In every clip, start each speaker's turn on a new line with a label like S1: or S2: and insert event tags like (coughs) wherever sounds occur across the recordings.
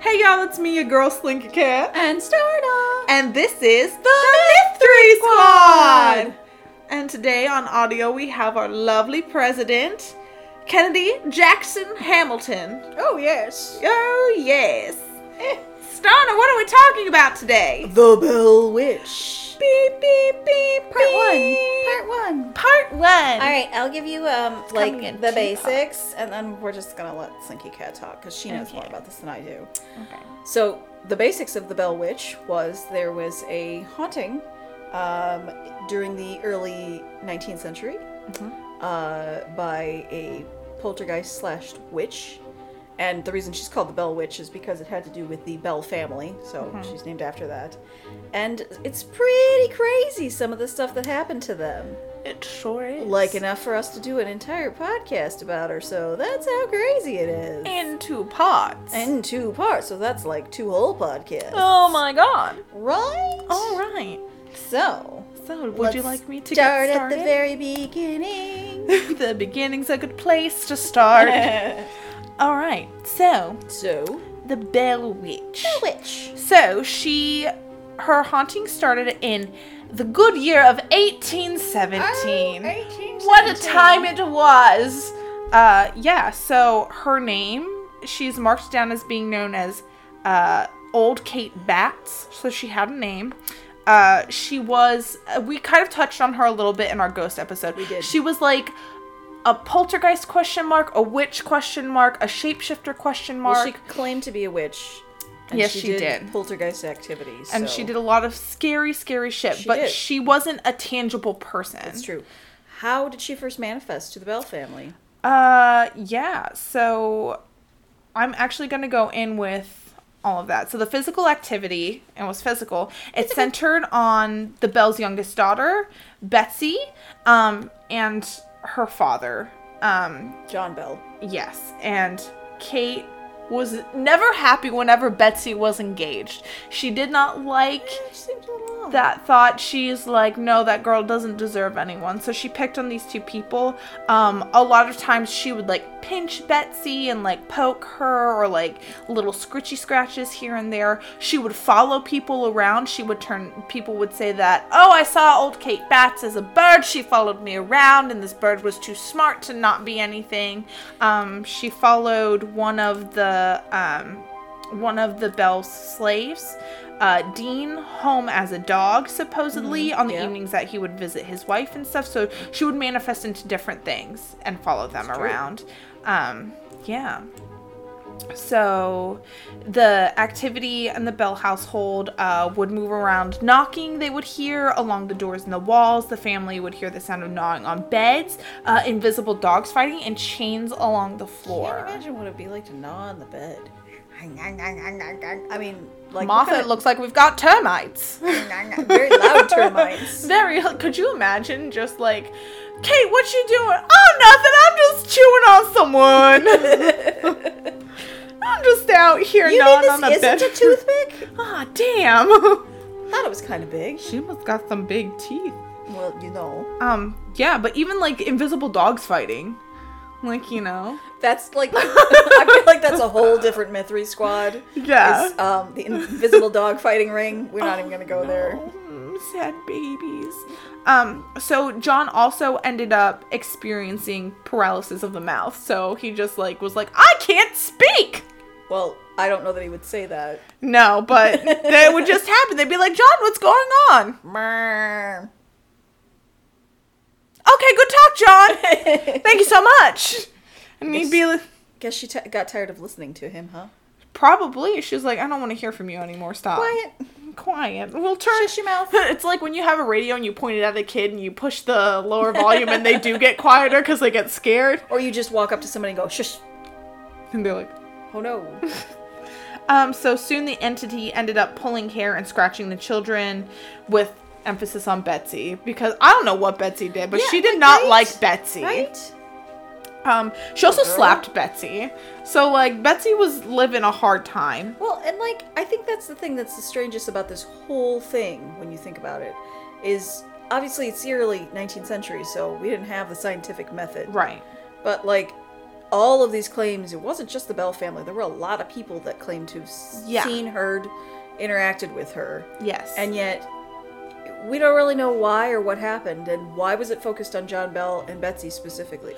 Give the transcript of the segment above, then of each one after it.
S1: Hey y'all, it's me, your girl Slinky Cat.
S2: And Starna.
S1: And this is the, Myth 3 Squad. And today on audio, we have our lovely president, Kennedy Jackson Hamilton.
S2: Oh, yes. Eh.
S1: Oh, yes. Starna, what are we talking about today?
S2: The Bell Witch.
S1: Beep, beep, beep.
S2: Part one.
S1: beep.
S2: Part one.
S1: Part one.
S2: All right, I'll give you um
S1: coming in
S2: like the
S1: Teapot.
S2: basics, and then we're just gonna let Slinky Cat talk because she knows
S1: Okay.
S2: more about this than I do.
S1: Okay.
S2: So the basics of the Bell Witch was there was a haunting um, during the early 19th century uh, by a poltergeist slash witch. And the reason she's called the Bell Witch is because it had to do with the Bell family, so she's named after that. And it's pretty crazy some of the stuff that happened to them.
S1: It sure is.
S2: Like enough for us to do an entire podcast about her, so that's how crazy it is.
S1: in two parts.
S2: And two parts, so that's like two whole podcasts.
S1: oh my god.
S2: Right?
S1: All right.
S2: So,
S1: So, would
S2: let's
S1: you like me to
S2: start
S1: get
S2: at
S1: started?
S2: the very
S1: (laughs)
S2: beginning?
S1: the beginning's a good place to
S2: (laughs)
S1: start. All right. So,
S2: so,
S1: the Bell Witch.
S2: witch.
S1: So, she her haunting started in the good year of
S2: Oh,
S1: 1817. What a time it was. Uh yeah, so her name, she's marked down as being known as uh Old Kate Bats, so she had a name. Uh, she was. Uh, we kind of touched on her a little bit in our ghost episode. We
S2: did.
S1: She was like a poltergeist question mark, a witch question mark, a shapeshifter question mark.
S2: Well, she claimed to be a witch. and
S1: Yes, she did.
S2: Poltergeist activities.
S1: and
S2: so
S1: she did a lot of scary, scary shit.
S2: She
S1: but
S2: did.
S1: she wasn't a tangible person.
S2: It's true. How did she first manifest to the Bell family?
S1: Uh, yeah. So, I'm actually gonna go in with all of that. So the physical activity and was physical.
S2: (laughs)
S1: It's centered on the Bell's youngest daughter, Betsy, um, and her father. Um,
S2: John Bell.
S1: Yes, and Kate was never happy whenever Betsy was engaged. She did not like
S2: Which seems a little odd.
S1: that thought. She's like, no, that girl doesn't deserve anyone. So she picked on these two people. Um, a lot of times she would like pinch Betsy and like poke her or like little scritchy scratches here and there. She would follow people around. She would turn, people would say that, oh, I saw old Kate Bats as a bird. She followed me around and this bird was too smart to not be anything. Um, she followed one of the, um, one of the Bell's slaves, uh, Dean, home as a dog, supposedly, on the
S2: Mm-hmm. yeah.
S1: evenings that he would visit his wife and stuff. So she would manifest into different things and follow them
S2: true.
S1: around. Um, yeah. So the activity in the Bell household uh, would move around knocking they would hear along the doors and the walls. The family would hear the sound of gnawing on beds, uh, invisible dogs fighting, and chains along the
S2: Can't
S1: floor.
S2: imagine what it'd be like to gnaw on the bed. I mean, like what
S1: Martha,
S2: kind
S1: it
S2: of-
S1: looks like we've got termites.
S2: (laughs) very loud (laughs) termites.
S1: Very. (laughs) Could you imagine just like, Kate, what you doing? Oh, nothing. I'm just chewing on
S2: (laughs)
S1: someone. I'm just out here
S2: You mean
S1: gnawing on a
S2: this
S1: bed.
S2: isn't a toothpick?
S1: Ah, damn.
S2: (laughs)
S1: (laughs)
S2: Thought it was kind of big.
S1: she must got some big teeth.
S2: Well, you know.
S1: Um, yeah, but even like invisible dogs fighting, like you know.
S2: That's like I feel like that's a whole different Mithri squad.
S1: Yeah.
S2: It's, um, the invisible dog fighting ring. We're not even gonna go there.
S1: Mm, Sad babies. Um, so John also ended up experiencing paralysis of the mouth. So he just like was like, I can't speak.
S2: Well, I don't know that he would say that.
S1: No, but that would
S2: (laughs)
S1: just happen. They'd be like, John, what's going on? Okay, good talk,
S2: (laughs)
S1: John. Thank you so much. And he'd be like,
S2: (laughs) Guess she t- got tired of listening to him, huh?
S1: probably. She's like, I don't want to hear from you anymore. Stop.
S2: Quiet.
S1: Quiet. We'll turn. (laughs)
S2: Shush your mouth.
S1: It's like when you have a radio and you point it at a kid and you push the lower volume and they do get quieter because they get scared.
S2: Or you just walk up to somebody and go, shush.
S1: And they're like,
S2: Oh no.
S1: Um, so soon the entity ended up pulling hair and scratching the children with emphasis on Betsy because I don't know what Betsy did, but
S2: Yeah,
S1: she did
S2: like,
S1: not
S2: right?
S1: like Betsy.
S2: Right?
S1: Um, she also
S2: girl.
S1: slapped Betsy. So like Betsy was living a hard time.
S2: Well, and like I think that's the thing that's the strangest about this whole thing when you think about it is obviously it's the early 19th century, so we didn't have the scientific method.
S1: Right.
S2: But like all of these claims. It wasn't just the Bell family. There were a lot of people that claimed to have s-
S1: Yeah.
S2: seen, heard, interacted with her.
S1: Yes.
S2: And yet, we don't really know why or what happened, and why was it focused on John Bell and Betsy specifically?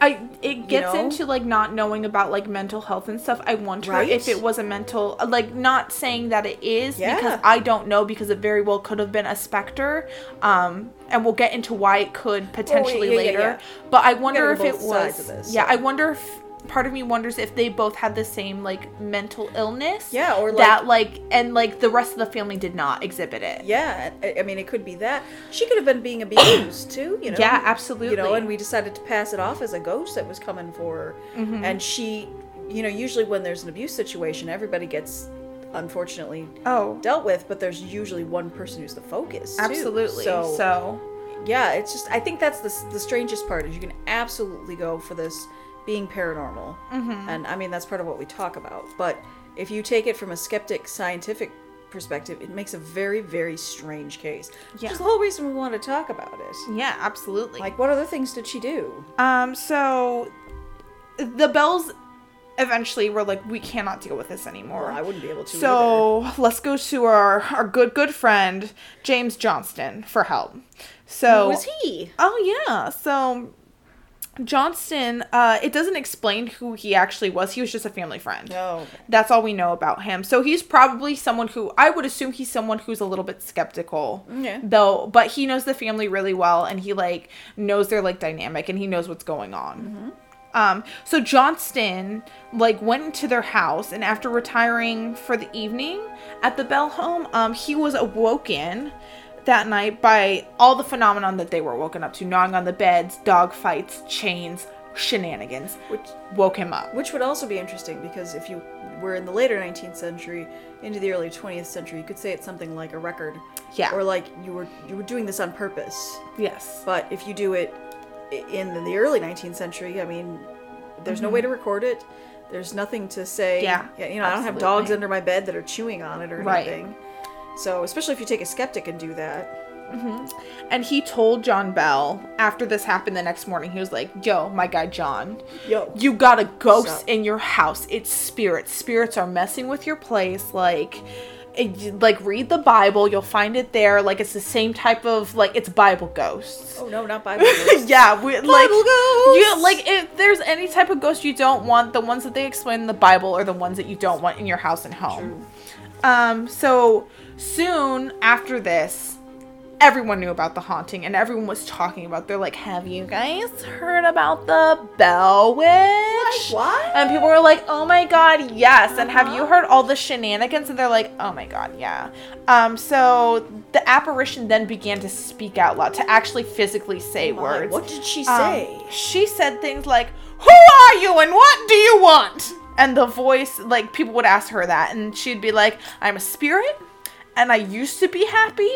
S1: I it gets
S2: know?
S1: into like not knowing about like mental health and stuff. I wonder
S2: Right?
S1: if it was a mental like not saying that it is
S2: Yeah.
S1: because I don't know because it very well could have been a specter. Um and we'll get into why it could potentially
S2: Oh, yeah, yeah,
S1: later.
S2: yeah.
S1: But I wonder if
S2: go
S1: it
S2: both sides
S1: was
S2: of this,
S1: Yeah,
S2: so.
S1: I wonder if part of me wonders if they both had the same like mental illness.
S2: Yeah, or, like-
S1: that like and like the rest of the family did not exhibit it.
S2: Yeah, I, I mean, it could be that. She could have been
S1: (coughs)
S2: being abused too, you know?
S1: Yeah,
S2: You know,
S1: absolutely.
S2: and we decided to pass it off as a ghost that was coming for her.
S1: Mm-hmm.
S2: And she, you know, usually when there's an abuse situation, everybody gets, unfortunately,
S1: Oh,
S2: dealt with, but there's usually one person who's the focus. too.
S1: absolutely.
S2: So,
S1: so
S2: yeah, it's just I think that's the s- the strangest part is you can absolutely go for this being paranormal,
S1: Mm-hmm.
S2: and I mean that's part of what we talk about. But if you take it from a skeptic scientific perspective, it makes a very very strange case, which
S1: Yeah.
S2: is the whole reason we want to talk about it.
S1: yeah, absolutely.
S2: Like, what other things did she do?
S1: Um, so the bells eventually were like, we cannot deal with this anymore.
S2: Well, I wouldn't be able to.
S1: so let's go to our our good good friend James Johnston for help. So
S2: either. was he?
S1: Oh yeah. So Johnston, uh, it doesn't explain who he actually was. He was just a family friend.
S2: Oh, okay.
S1: That's all we know about him. So he's probably someone who I would assume he's someone who's a little bit skeptical.
S2: Okay.
S1: Though, but he knows the family really well and he like knows their like dynamic and he knows what's going on. Um, so Johnston like went into their house and after retiring for the evening at the Bell home, um, he was awoken that night by all the phenomenon that they were woken up to, gnawing on the beds, dog fights, chains, shenanigans,
S2: Which
S1: woke him up.
S2: Which would also be interesting because if you were in the later 19th century into the early 20th century, you could say it's something like a record.
S1: Yeah.
S2: Or like you were you were doing this on purpose.
S1: Yes.
S2: But if you do it i- in the early 19th century, I mean, there's no way to record it. There's nothing to say.
S1: Mm-hmm. Yeah,
S2: You know, I don't have dogs
S1: absolutely.
S2: under my bed that are chewing on it or
S1: Right.
S2: anything. So especially if you take a skeptic and do that.
S1: And he told John Bell after this happened the next morning, he was like, Yo, my guy John,
S2: Yo.
S1: (laughs) you got a ghost
S2: Sup?
S1: in your house. It's spirits. Spirits are messing with your place. Like, it, like read the Bible, you'll find it there. Like it's the same type of like it's Bible ghosts.
S2: Oh
S1: (laughs)
S2: no, not Bible. ghosts.
S1: yeah, we, like
S2: Bible ghosts!
S1: you like if there's any type of ghost you don't want, the ones that they explain in the Bible are the ones that you don't want in your house and home. Um, so soon after this, everyone knew about the haunting and everyone was talking about. They're like, "Have you guys heard about the Bell Witch?"
S2: what?
S1: And people were like, "Oh my god, yes!" And have
S2: Uh-huh.
S1: you heard all the shenanigans? And they're like, "Oh my god, yeah." Um, so the apparition then began to speak out loud, to actually physically say
S2: Oh My,
S1: words.
S2: What did she
S1: Um,
S2: say?
S1: she said things like, Who are you and what do you want? And the voice, like, people would ask her that, and she'd be like, I'm a spirit, and I used to be happy,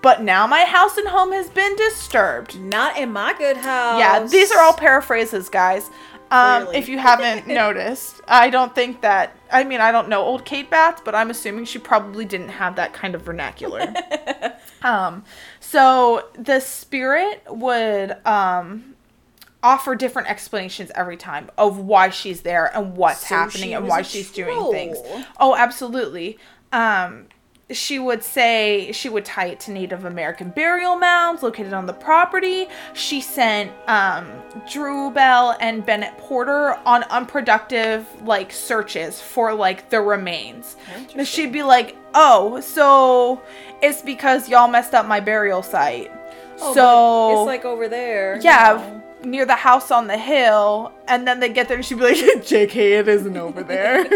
S1: but now my house and home has been disturbed.
S2: not in my good house.
S1: Yeah, these are all paraphrases, guys. Um,
S2: Clearly.
S1: if you
S2: (laughs)
S1: haven't noticed, I don't think that. I mean, I don't know old Kate Batts, but I'm assuming she probably didn't have that kind of
S2: (laughs)
S1: vernacular. um, so the spirit would um, offer different explanations every time of why she's there and what's
S2: So she
S1: happening and
S2: was
S1: why
S2: a
S1: she's doing
S2: troll.
S1: things. Oh, absolutely. Um, she would say she would tie it to Native American burial mounds located on the property. She sent um, Drew Bell and Bennett Porter on unproductive like searches for like the remains. And she'd be like, "Oh, so it's because y'all messed up my burial site."
S2: Oh, but
S1: so
S2: it's like over there.
S1: yeah,
S2: you know.
S1: near the house on the hill, and then they get there and she'd be like, (laughs) JK, it isn't over there. (laughs)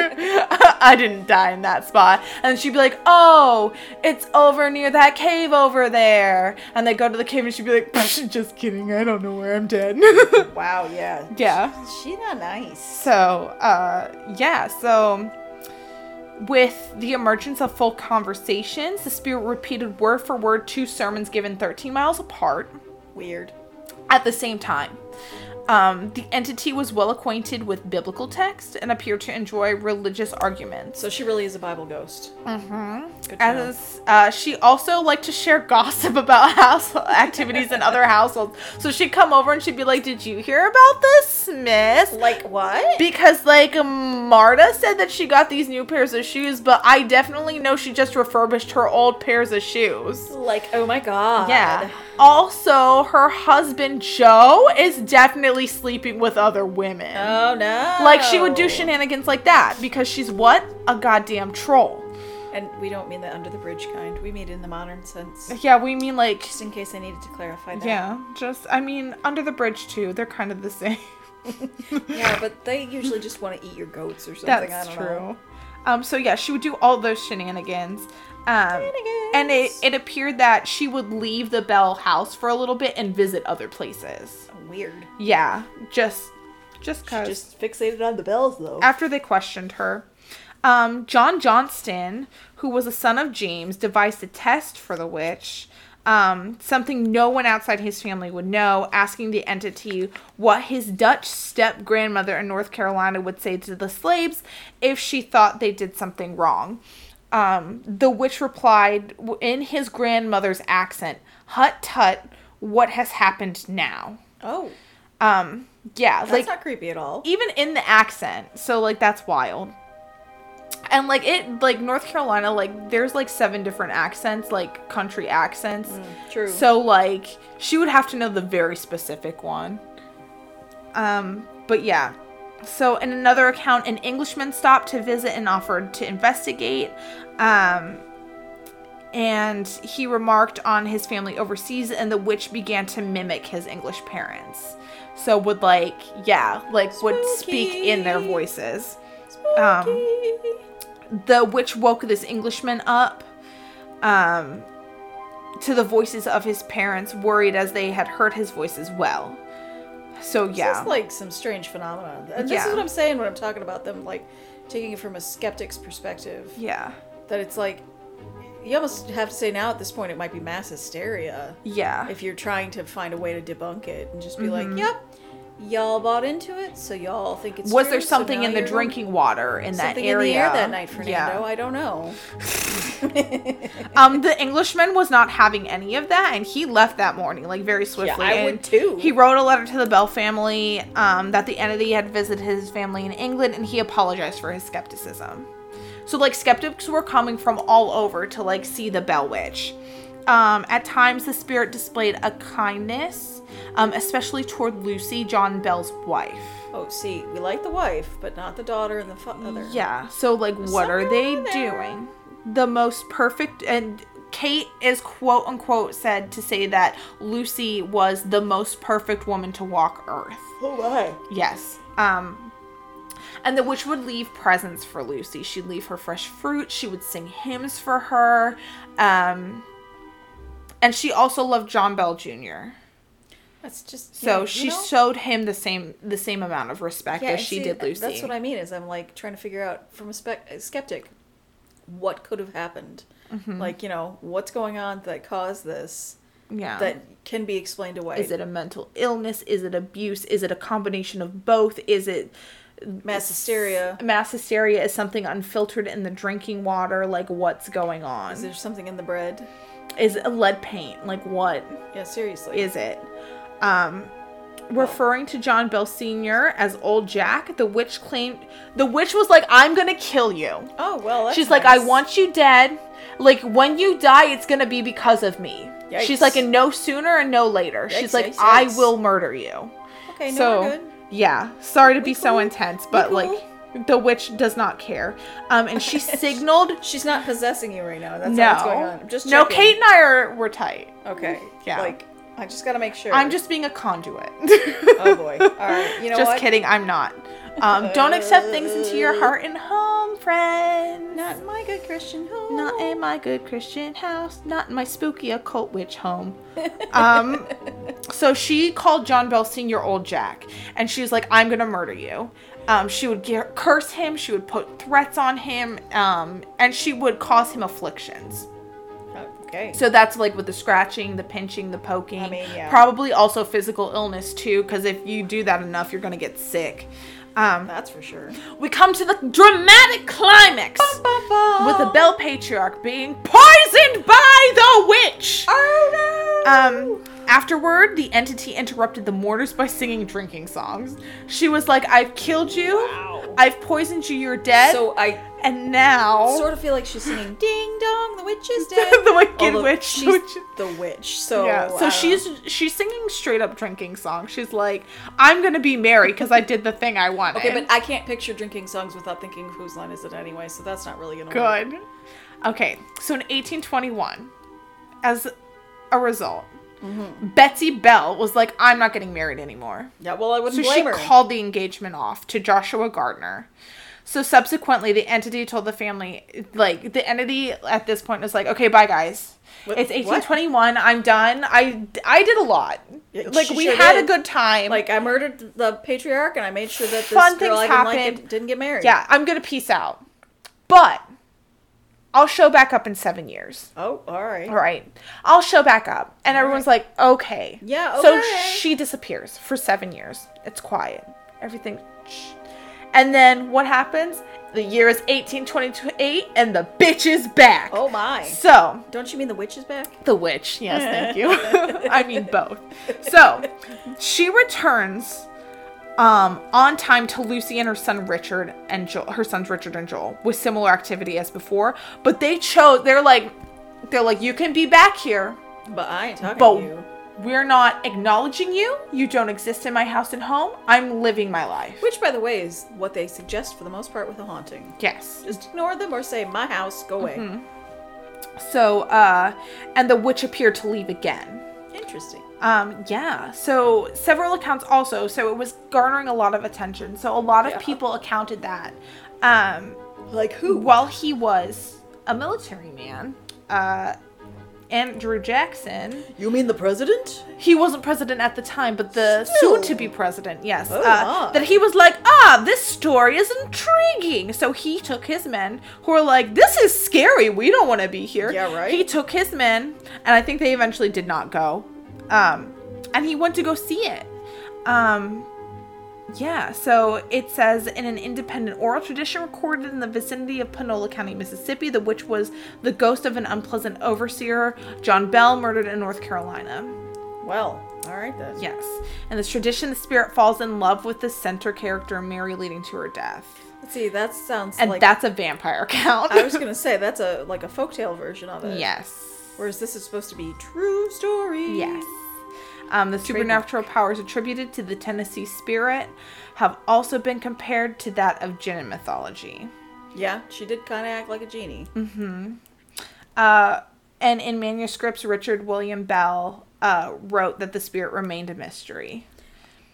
S1: I didn't die in that spot. And she'd be like, oh, it's over near that cave over there. And they go to the cave and she'd be like, (laughs) just kidding, I don't know where I'm dead. (laughs)
S2: Wow. Yeah.
S1: yeah.
S2: She not nice.
S1: So, uh, yeah, so with the emergence of full conversations, the spirit repeated word for word two sermons given 13 miles apart
S2: Weird.
S1: at the same time. Um, the entity was well acquainted with biblical text and appeared to enjoy religious arguments.
S2: So she really is a Bible ghost. Good to know.
S1: As uh, she also liked to share gossip (laughs) about house activities in other households. So she'd come over and she'd be like, "Did you hear about this, Miss?"
S2: Like what?
S1: Because like Marta said that she got these new pairs of shoes, but I definitely know she just refurbished her old pairs of shoes.
S2: Like oh my god.
S1: Yeah. Also, her husband Joe is definitely sleeping with other women.
S2: Oh no.
S1: Like she would do shenanigans like that because she's what? A goddamn troll.
S2: And we don't mean the under the bridge kind. We mean it in the
S1: (laughs)
S2: modern sense.
S1: Yeah, we mean like
S2: Just in case I needed to clarify that.
S1: yeah, just I mean under the bridge too. They're kind of the (laughs) same.
S2: Yeah, but they usually just want to eat your goats or something.
S1: That's
S2: I don't
S1: true.
S2: know.
S1: Um, so yeah, she would do all those shenanigans. Um, and it,
S2: Shenanigans.
S1: it appeared that she would leave the Bell house for a little bit and visit other places.
S2: Weird.
S1: Yeah, just just
S2: She
S1: cause.
S2: just fixated on the bells though.
S1: After they questioned her, um, John Johnston, who was a son of James, devised a test for the witch. Um, something no one outside his family would know, asking the entity what his Dutch step grandmother in North Carolina would say to the slaves if she thought they did something wrong. Um, the witch replied w- in his grandmother's accent, Hut tut, what has happened now?
S2: oh,
S1: Um, yeah,
S2: that's
S1: like
S2: not creepy at all.
S1: even in the accent. So like that's wild. And like it like North Carolina like there's like seven different accents, like country accents.
S2: True.
S1: So like she would have to know the very specific one. Um but yeah. So in another account an Englishman stopped to visit and offered to investigate. Um and he remarked on his family overseas and the witch began to mimic his english parents so would like yeah like would speak in their
S2: Spooky.
S1: voices e- um, the witch woke this englishman up um to the voices of his parents worried as they had heard his voice as well so
S2: This
S1: yeah
S2: is like some strange phenomenon. And this
S1: Yeah.
S2: is what I'm saying when I'm talking about them, like taking it from a skeptic's perspective.
S1: yeah
S2: That it's like, you almost have to say now at this point it might be mass hysteria
S1: yeah
S2: if you're trying to find a way to debunk it and just be
S1: Mm-hmm.
S2: like, yep, y'all bought into it, so y'all think it's.
S1: was
S2: true,
S1: there
S2: so
S1: something
S2: now
S1: in the
S2: you're-
S1: drinking water in that
S2: Something
S1: area
S2: in the air that night, Fernando.
S1: Yeah.
S2: I don't know.
S1: (laughs) Um, the Englishman was not having any of that, and he left that morning, like very swiftly.
S2: I
S1: and
S2: would too.
S1: He wrote a letter to the Bell family um, that the entity had visited his family in England, and he apologized for his skepticism. So, like, skeptics were coming from all over to like see the Bell Witch. Um, at times, the spirit displayed a kindness, um, especially toward Lucy, John Bell's wife.
S2: Oh, see, we like the wife, but not the daughter and the father.
S1: Yeah. So like what are
S2: something
S1: they
S2: wrong there.
S1: doing? The most perfect and Kate is quote unquote said to say that Lucy was the most perfect woman to walk earth.
S2: Oh my.
S1: Yes. Um and the witch would leave presents for Lucy. She'd leave her fresh fruit, she would sing hymns for her. Um and she also loved John Bell Jr.
S2: That's just
S1: So
S2: yeah, you
S1: she
S2: know?
S1: showed him the same the same amount of respect
S2: Yeah,
S1: as
S2: and
S1: she
S2: see,
S1: did
S2: th-
S1: Lucy.
S2: That's what I mean. Is I'm like trying to figure out from a, spec- a skeptic, what could have happened?
S1: Mm-hmm.
S2: Like you know, what's going on that caused this
S1: yeah.
S2: that can be explained away?
S1: Um, Is it a mental illness? Is it abuse? Is it a combination of both? Is it
S2: mass hysteria?
S1: mass hysteria? Is something unfiltered in the drinking water? Like what's going on?
S2: Is there something in the bread?
S1: Is it lead paint? Like what
S2: Yeah, seriously.
S1: is it? Um, referring to John Bell Sr. as Old Jack, the witch claimed the witch was like, "I'm gonna kill you."
S2: oh well, that's
S1: She's like, I
S2: nice.
S1: want you dead. Like, when you die, it's gonna be because of me. She's
S2: Yikes.
S1: like, and no sooner and no later.
S2: Yikes,
S1: She's like,
S2: yikes,
S1: I
S2: yikes.
S1: will murder you.
S2: Okay, no,
S1: so
S2: we're good.
S1: yeah sorry to be so
S2: cool.
S1: intense but
S2: cool.
S1: like the witch does not care um and
S2: (laughs)
S1: she signaled
S2: She's not possessing you right now. That's
S1: no
S2: not what's going on. I'm just
S1: no
S2: checking.
S1: kate and i are we're tight
S2: Okay.
S1: Yeah.
S2: Like I just gotta make sure.
S1: i'm just being a
S2: (laughs)
S1: conduit
S2: Oh
S1: (laughs)
S2: boy. All right. You know
S1: just
S2: what?
S1: kidding i'm not um don't accept things into
S2: (laughs)
S1: your heart and home friends
S2: Not my good Christian Oh. home.
S1: not in my good Christian house, not in my spooky occult witch
S2: (laughs)
S1: home. Um, so she called John Bell Sr. Old Jack, and she was like, I'm gonna murder you. Um, she would ge- curse him, she would put threats on him, um, and she would cause him afflictions.
S2: Okay. Okay.
S1: So that's like with the scratching, the pinching, the poking.
S2: I mean, yeah.
S1: Probably also physical illness too, because if you do that enough, you're gonna get sick. Um,
S2: That's for sure.
S1: we come to the dramatic climax with
S2: Oh.
S1: the Bell Patriarch being poisoned by the witch.
S2: Oh no!
S1: Um, afterward, the entity interrupted the mortars by singing drinking songs. She was like, "I've killed you.
S2: Wow.
S1: I've poisoned you. You're dead."
S2: so I
S1: and now,
S2: sort of feel like she's singing "Ding dong, the witch
S1: (laughs)
S2: is dead."
S1: Oh. the wicked
S2: Although
S1: witch.
S2: She's
S1: which-
S2: the witch. So
S1: yeah.
S2: I
S1: So
S2: don't
S1: she's
S2: know.
S1: she's singing straight up drinking songs. She's like, "I'm gonna be merry because I did the thing I wanted."
S2: Okay, but I can't picture drinking songs without thinking whose line is it anyway, so that's not really gonna work.
S1: good. Okay, so in 1821, as a result, Betsy Bell was like, "I'm not getting married anymore."
S2: Yeah, well I wouldn't
S1: So
S2: blame
S1: she
S2: her.
S1: called the engagement off to Joshua Gardner. So subsequently, the entity told the family, like the entity at this point was like, "Okay, bye guys.
S2: What-
S1: it's
S2: what?
S1: 1821. I'm done. I I did a lot.
S2: Yeah,
S1: like
S2: she
S1: we
S2: sure
S1: had
S2: did.
S1: a good time.
S2: like I murdered the patriarch and I made sure that this
S1: Fun
S2: girl
S1: things
S2: I didn't like
S1: happened.
S2: it didn't get married.
S1: yeah, I'm gonna peace out. But I'll show back up in seven years."
S2: Oh, all right.
S1: All right, I'll show back up, and everyone's like, "Okay."
S2: Yeah,
S1: So
S2: okay.
S1: she disappears for seven years. It's quiet. Everything. shh. And then what happens? The year is 1828, and the bitch is back.
S2: Oh my.
S1: So
S2: Don't you mean the witch is back?
S1: the witch. Yes, thank you. (laughs) I mean both. So she returns um, on time to Lucy and her son Richard and Joel, her sons Richard and Joel with similar activity as before, but they chose. They're like, they're like, you can be back here,
S2: But I ain't talking
S1: but
S2: to you.
S1: we're not acknowledging you. You don't exist in my house and home. I'm living my life.
S2: Which, by the way, is what they suggest for the most part with a haunting.
S1: Yes.
S2: Just ignore them or say, my house, go away.
S1: Mm-hmm. So, uh, and the witch appeared to leave again.
S2: Interesting.
S1: Um, yeah. So several accounts also. So it was garnering a lot of attention. So a lot of
S2: Yeah.
S1: people accounted that. Um,
S2: Like who?
S1: while he was a military man, uh, Andrew Jackson,
S2: You mean the president?
S1: he wasn't president at the time, but the
S2: Still.
S1: soon to be president, yes,
S2: Oh,
S1: uh,
S2: my.
S1: that he was like, ah, this story is intriguing. So he took his men who were like, this is scary. We don't want to be here.
S2: Yeah, right.
S1: He took his men, and I think they eventually did not go. Um, and he went to go see it. Um, yeah, so it says in an independent oral tradition recorded in the vicinity of Panola County, Mississippi, the witch was the ghost of an unpleasant overseer, John Bell, murdered in North Carolina.
S2: Well, all right then.
S1: Yes. In this tradition, the spirit falls in love with the center character, Mary, leading to her death.
S2: Let's see, that sounds
S1: And
S2: like.
S1: that's a vampire (laughs) count.
S2: I was gonna say that's a like a folktale version of it.
S1: yes.
S2: Whereas this is supposed to be true story.
S1: Yes. Um, the supernatural powers attributed to the Tennessee spirit have also been compared to that of Jinn mythology.
S2: Yeah, she did kind of act like a genie.
S1: Mm. Uh, and in manuscripts, Richard William Bell uh, wrote that the spirit remained a mystery.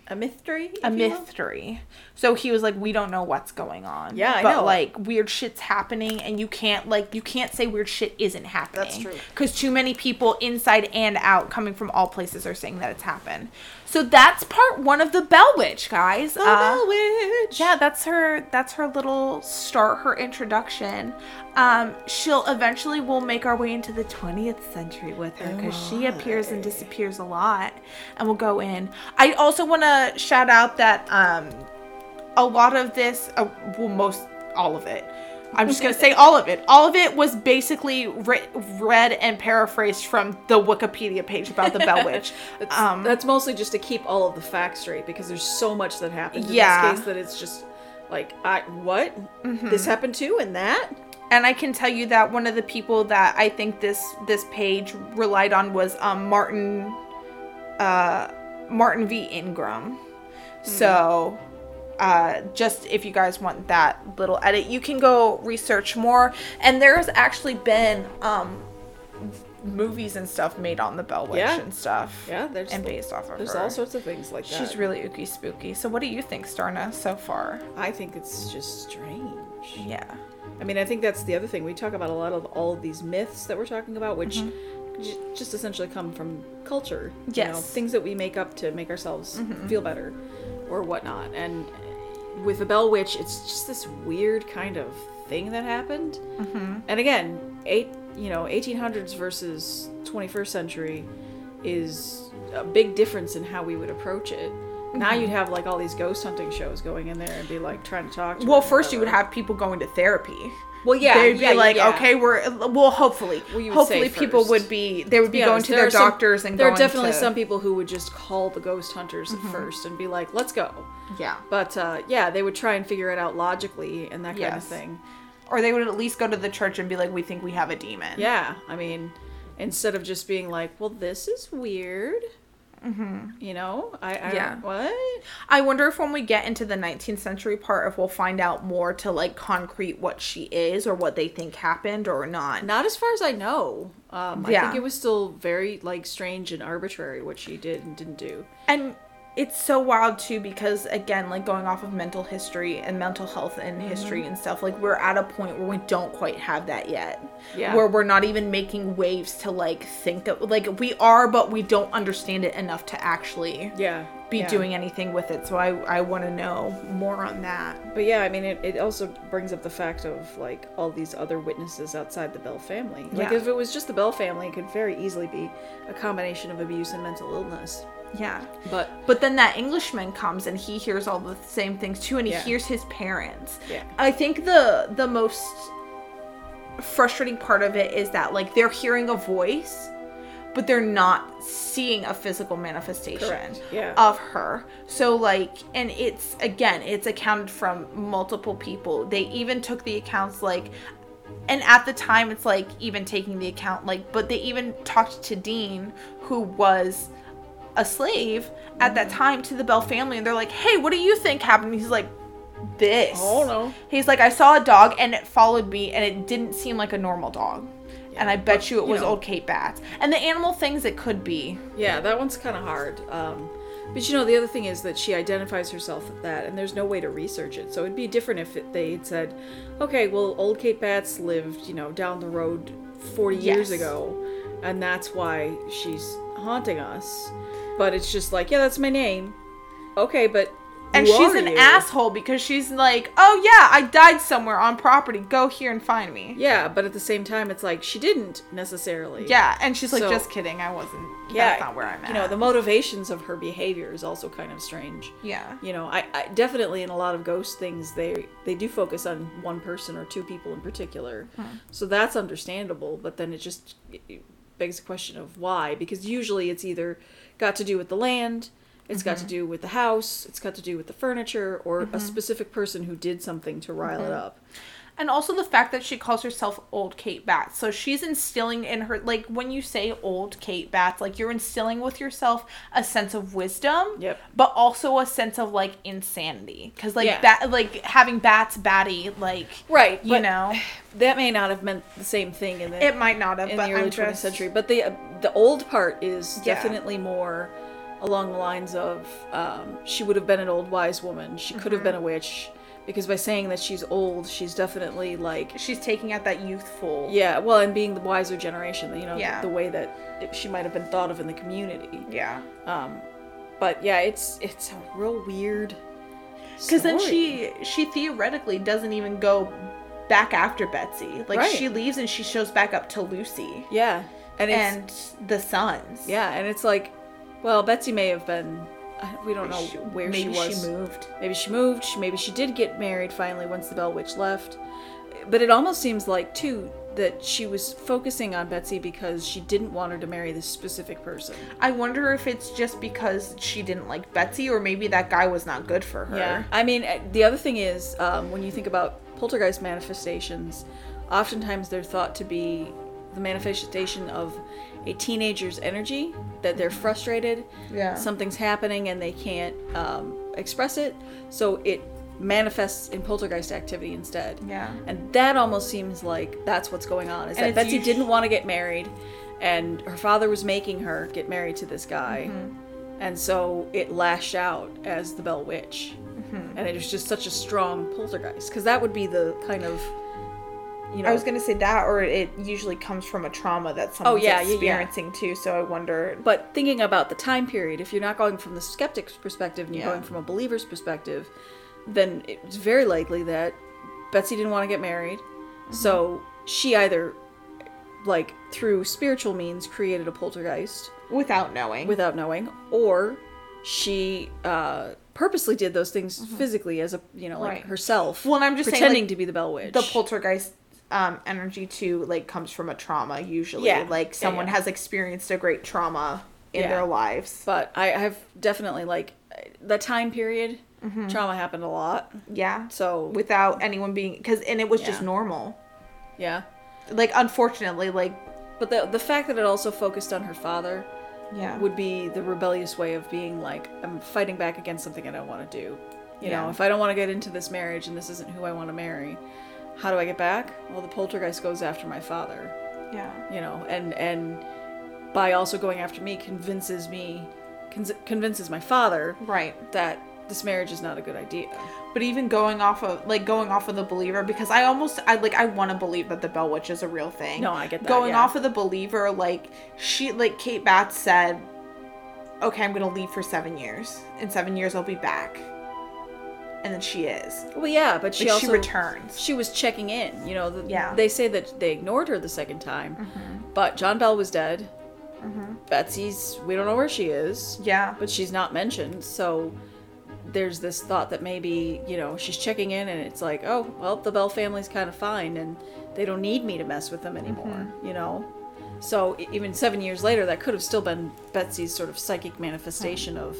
S2: A mystery.
S1: a
S2: if you will?
S1: mystery. So he was like, we don't know what's going on.
S2: Yeah, I
S1: but
S2: know.
S1: like weird shit's happening, and you can't like you can't say weird shit isn't happening.
S2: true.
S1: Because too many people inside and out, coming from all places, are saying that it's happened. So that's part one of the Bell Witch, guys.
S2: The
S1: Uh,
S2: Bell Witch.
S1: yeah, that's her. That's her little start. Her introduction. Um, she'll eventually we'll make our way into the 20th century with her because she appears and disappears a lot, and we'll go in. I also want to shout out that um, a lot of this, uh, well, most all of it. I'm just gonna say all of it. All of it was basically writ- read and paraphrased from the Wikipedia page about the Bell Witch.
S2: That's,
S1: Um,
S2: that's mostly just to keep all of the facts straight because there's so much that happened
S1: Yeah. Mm-hmm.
S2: in this case that it's just like I what this happened to and that.
S1: and I can tell you that one of the people that I think this this page relied on was um, Martin uh, Martin V Ingram.
S2: Mm-hmm.
S1: So uh, just if you guys want that little edit, you can go research more. And there's actually been um, movies and stuff made on the Bell Witch
S2: Yeah.
S1: and stuff.
S2: Yeah, there's
S1: and based off of
S2: there's
S1: her.
S2: all sorts of things like that.
S1: She's really ooky spooky. So what do you think, Starna, so far?
S2: I think it's just strange.
S1: Yeah.
S2: I mean, I think that's the other thing we talk about a lot of all of these myths that we're talking about, which j- just essentially come from culture. you know,
S1: Mm-hmm. Yes. Mm-hmm.
S2: things that we make up to make ourselves feel better or whatnot. And with the Bell Witch, it's just this weird kind of thing that happened.
S1: Mm-hmm.
S2: And again, eight you know 1800s versus 21st century is a big difference in how we would approach it. Now
S1: Mm-hmm.
S2: you'd have like all these ghost hunting shows going in there and be like trying to talk. to
S1: Well,
S2: her or
S1: first you would
S2: whatever.
S1: have people going to therapy.
S2: Well, yeah,
S1: they'd
S2: yeah,
S1: be like,
S2: yeah.
S1: okay, we're well. Hopefully,
S2: Well, you would say
S1: hopefully people
S2: first.
S1: would be they would be
S2: Yeah,
S1: going to
S2: there
S1: their
S2: are some-
S1: doctors and
S2: there
S1: going
S2: are definitely
S1: to, Mm-hmm.
S2: some people who would just call the ghost hunters at first and be like, "Let's go."
S1: yeah,
S2: But uh, yeah, they would try and figure it out logically and that kind of
S1: Yes.
S2: thing.
S1: or they would at least go to the church and be like, we think we have a demon.
S2: Yeah, I mean, instead of just being like, "Well, this is weird," mm-hmm. you know, I, I
S1: Yeah.
S2: what?
S1: I wonder if when we get into the 19th century part, if we'll find out more to like concrete what she is or what they think happened or not.
S2: Not as far as I know. Um, I
S1: Yeah.
S2: think it was still very like strange and arbitrary what she did and didn't do.
S1: And it's so wild too because again, like going off of mental history and mental health and
S2: Mm-hmm.
S1: history and stuff, like we're at a point where we don't quite have that yet.
S2: Yeah.
S1: Where we're not even making waves to like think of like we are, but we don't understand it enough to actually
S2: Yeah,
S1: be
S2: yeah.
S1: doing anything with it. So I I want to know more on that.
S2: But yeah, I mean, it, it also brings up the fact of like all these other witnesses outside the Bell family. Like,
S1: Yeah.
S2: if it was just the Bell family, it could very easily be a combination of abuse and mental illness.
S1: Yeah.
S2: But
S1: But then that Englishman comes and he hears all the same things too, and he
S2: Yeah.
S1: hears his parents.
S2: Yeah.
S1: I think the the most frustrating part of it is that like they're hearing a voice, but they're not seeing a physical manifestation
S2: Correct, yeah.
S1: of her. So like, and it's again, it's accounted from multiple people. They even took the accounts like. And at the time, it's like even taking the account, like, but they even talked to Dean, who was a slave at
S2: Mm.
S1: that time to the Bell family, and they're like, "Hey, what do you think happened?" And he's like, "This."
S2: Oh, no.
S1: He's like, "I saw a dog, and it followed me, and it didn't seem like a normal dog, and I bet you it was
S2: know.
S1: old Kate Bats and the animal things it could be."
S2: yeah, that one's kind of hard. Um, but you know, the other thing is that she identifies herself with that, and there's no way to research it. So it'd be different if it, they had said, okay, well, old Kate Batts lived, you know, down the road 40 years
S1: Yes.
S2: ago, and that's why she's haunting us. But it's just like, yeah, that's my name. Okay, but.
S1: And
S2: who
S1: she's
S2: are
S1: an
S2: you?
S1: asshole because she's like, "Oh yeah, I died somewhere on property. Go here and find me." Yeah,
S2: Yeah, but at the same time, it's like she didn't necessarily.
S1: and she's like,
S2: So-
S1: "Just kidding. I wasn't.
S2: yeah,
S1: that's not where I'm at."
S2: You know, the motivations of her behavior is also kind of strange.
S1: yeah.
S2: You know, I, I definitely in a lot of ghost things they they do focus on one person or two people in particular,
S1: Hmm.
S2: so that's understandable. But then it just it begs the question of why, because usually it's either got to do with the land. It's
S1: Mm-hmm.
S2: got to do with the house. It's got to do with the furniture, or a specific person who did something to rile
S1: Mm-hmm.
S2: it up.
S1: And also the fact that she calls herself old Kate Bats. So she's instilling in her like when you say old Kate Bats, like you're instilling with yourself a sense of wisdom,
S2: Yep.
S1: but also a sense of like insanity cuz like
S2: Yeah.
S1: bat like having bats batty like
S2: Right,
S1: you
S2: but-
S1: know.
S2: That may not have meant the same thing in the
S1: It might not have
S2: in
S1: but
S2: the early
S1: I'm
S2: 20th
S1: just,
S2: century. But the uh, the old part is
S1: Yeah.
S2: definitely more along the lines of um, she would have been an old wise woman. She could have been a
S1: Mm-hmm.
S2: witch because by saying that she's old, she's definitely like
S1: she's taking out that youthful.
S2: yeah. Well, and being the wiser generation, you know,
S1: Yeah.
S2: the, the way that it- she might have been thought of in the community.
S1: Yeah.
S2: Um, but yeah, it's it's a real weird.
S1: Cuz then
S2: story.
S1: she she theoretically doesn't even go back after Betsy. Like
S2: Right.
S1: she leaves and she shows back up to Lucy
S2: yeah, and it's
S1: and the sons.
S2: yeah, and it's like, well, Betsy may have been. I- We don't know
S1: She-
S2: where she
S1: maybe
S2: was.
S1: she moved.
S2: Maybe she moved. She, maybe she did get married finally once the Bell Witch left. But it almost seems like too that she was focusing on Betsy because she didn't want her to marry this specific person.
S1: I wonder if it's just because she didn't like Betsy, or maybe that guy was not good for her.
S2: I mean, uh, the other thing is um, when you think about poltergeist manifestations, oftentimes they're thought to be the manifestation of a teenager's energy that they're frustrated.
S1: Yeah.
S2: Something's happening and they can't um, express it, so it manifests in poltergeist activity instead.
S1: Yeah.
S2: And that almost seems like that's what's going on. Is
S1: And
S2: that
S1: it's
S2: Betsy
S1: usu-
S2: didn't want to get married, and her father was making her get married to this guy,
S1: Mm-hmm.
S2: and so it lashed out as the Bell Witch,
S1: Mm-hmm.
S2: and it was just such a strong poltergeist because that would be the kind of, you know,
S1: I was gonna say that, or it usually comes from a trauma that someone's
S2: yeah, yeah, yeah.
S1: experiencing too. So I wonder.
S2: but thinking about the time period, if you're not going from the skeptic's perspective and you're
S1: Yeah.
S2: going from a believer's perspective, then it's very likely that Betsy didn't want to get married,
S1: Mm-hmm.
S2: so she either, like through spiritual means, created a poltergeist
S1: Mm-hmm. without knowing.
S2: without knowing, or she uh, purposely did those things physically as a you know like
S1: Mm-hmm. Right.
S2: herself.
S1: Well, and I'm just saying,
S2: pretending
S1: like,
S2: to be the Bell Witch.
S1: the poltergeist um, energy too like comes from a trauma usually
S2: Yeah.
S1: like
S2: Yeah,
S1: someone
S2: yeah.
S1: has experienced a great trauma in
S2: Yeah.
S1: their lives
S2: but I have definitely like the time period
S1: Mm-hmm.
S2: trauma happened a lot.
S1: yeah
S2: So
S1: without anyone being because and it was just
S2: Yeah.
S1: normal
S2: yeah,
S1: like unfortunately like
S2: but the the fact that it also focused on her father
S1: yeah
S2: would be the rebellious way of being like I'm fighting back against something I don't want to do. You
S1: Yeah.
S2: know, if I don't want to get into this marriage and this isn't who I want to marry, how do I get back? Well, the poltergeist goes after my father.
S1: yeah
S2: you know and and by also going after me convinces me con- convinces my father
S1: right
S2: that this marriage is not a good idea
S1: but even going off of like going off of the believer because i almost i like i want to believe that the bell witch is a real thing
S2: No, I get that,
S1: going
S2: yeah.
S1: off of the believer like she like kate batts said okay i'm gonna leave for seven years in seven years i'll be back and then she is
S2: well yeah but she
S1: Like,
S2: also
S1: she returns
S2: she was checking in you know the,
S1: Yeah.
S2: they say that they ignored her the second time but john bell was dead Mm-hmm. betsy's we don't know where she is
S1: yeah
S2: but she's not mentioned so there's this thought that maybe you know she's checking in and it's like oh well the bell family's kind of fine and they don't need me to mess with them anymore you know so e- even seven years later that could have still been betsy's sort of psychic manifestation of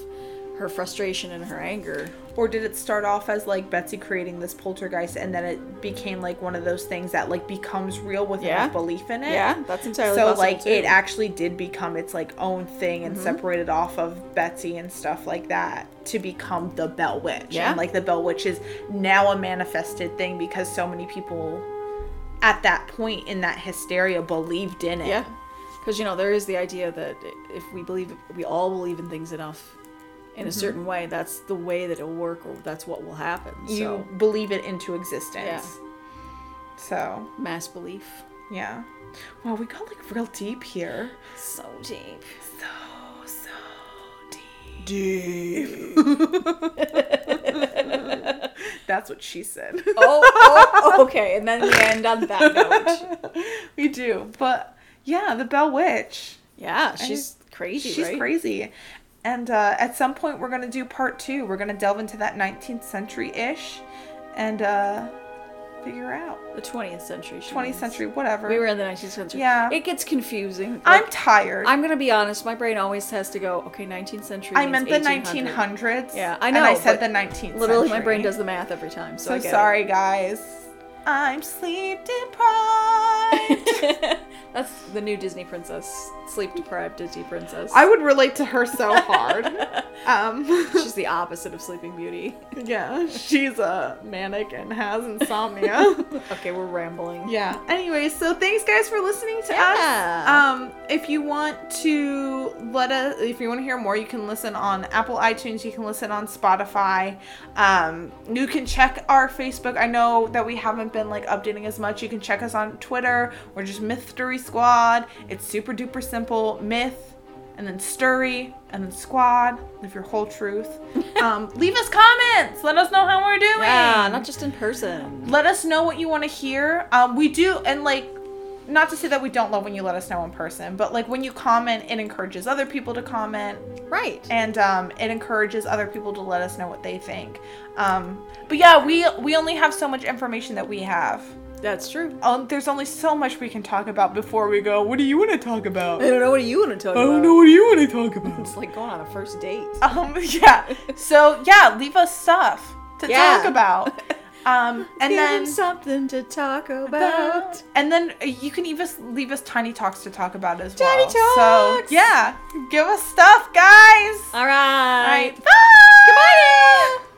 S2: her frustration and her anger
S1: or did it start off as like betsy creating this poltergeist and then it became like one of those things that like becomes real with
S2: Yeah.
S1: enough belief in it
S2: that's entirely
S1: so like it actually did become its like own thing
S2: Mm-hmm.
S1: and separated off of Betsy and stuff like that to become the Bell Witch.
S2: Yeah.
S1: And like the Bell Witch is now a manifested thing because so many people at that point in that hysteria believed in it.
S2: yeah because you know there is the idea that i- if we believe we all believe in things enough in a
S1: Mm-hmm.
S2: certain way that's the way that it'll work or that's what will happen
S1: You
S2: so
S1: believe it into existence. So
S2: mass belief
S1: yeah. Wow, we got like real deep here.
S2: So deep.
S1: So
S2: Oh,
S1: so deep.
S2: Deep.
S1: (laughs) That's what she said.
S2: (laughs) Oh, oh, okay. And then we end on that
S1: (laughs)
S2: note.
S1: we do. But yeah, the Bell Witch.
S2: Yeah, she's crazy,
S1: She's
S2: right?
S1: crazy. And uh, at some point, we're going to do part two. We're going to delve into that 19th century ish and uh, figure out
S2: The 20th century. she
S1: 20th
S2: means.
S1: century, whatever.
S2: We were in the 19th century.
S1: Yeah.
S2: It gets confusing.
S1: I'm
S2: Like,
S1: tired. i
S2: I'm going to be honest. My brain always has to go, okay, 19th century. means
S1: meant the
S2: 1800.
S1: 1900s.
S2: Yeah, I
S1: And I
S2: know,
S1: said
S2: but
S1: the 19th
S2: Literally, my
S1: century.
S2: brain does the math every time. So,
S1: So
S2: I get it.
S1: sorry, guys. I'm sleep
S2: (laughs)
S1: deprived.
S2: That's the new Disney princess, sleep deprived Disney princess.
S1: I would relate to her so
S2: (laughs)
S1: hard. um, (laughs)
S2: She's the opposite of Sleeping Beauty.
S1: yeah, she's a manic and has
S2: (laughs)
S1: insomnia.
S2: (laughs) Okay, we're rambling.
S1: Yeah. Anyway, so thanks guys for listening to
S2: Yeah.
S1: us. Um, if you want to let us, if you want to hear more, you can listen on Apple iTunes. You can listen on Spotify. Um, you can check our Facebook. I know that we haven't been like updating as much. You can check us on Twitter. We're just Mystery Squad. It's super duper simple. Myth. And then sturry, and then squad. Live your whole
S2: (laughs)
S1: truth. um, leave us comments. Let us know how we're doing
S2: Yeah, not just in person.
S1: let us know what you want to hear. Um, we do, and like, not to say that we don't love when you let us know in person, but like when you comment, it encourages other people to comment,
S2: Right.
S1: and um, it encourages other people to let us know what they think. Um, but yeah, we we only have so much information that we have.
S2: That's true.
S1: Um, there's only so much we can talk about before we go. What do you want to talk about?
S2: I don't Oh, know what do you want to talk about.
S1: What do you want to talk about?
S2: (laughs) It's like going on a first date.
S1: Um, yeah. So yeah, leave us stuff to
S2: Yeah.
S1: talk about. Um, and then
S2: something to talk
S1: about. And then uh, you can even leave us tiny talks to talk about as well.
S2: Tiny talks!
S1: So yeah, give us stuff, guys.
S2: All right.
S1: All right. Bye. Goodbye.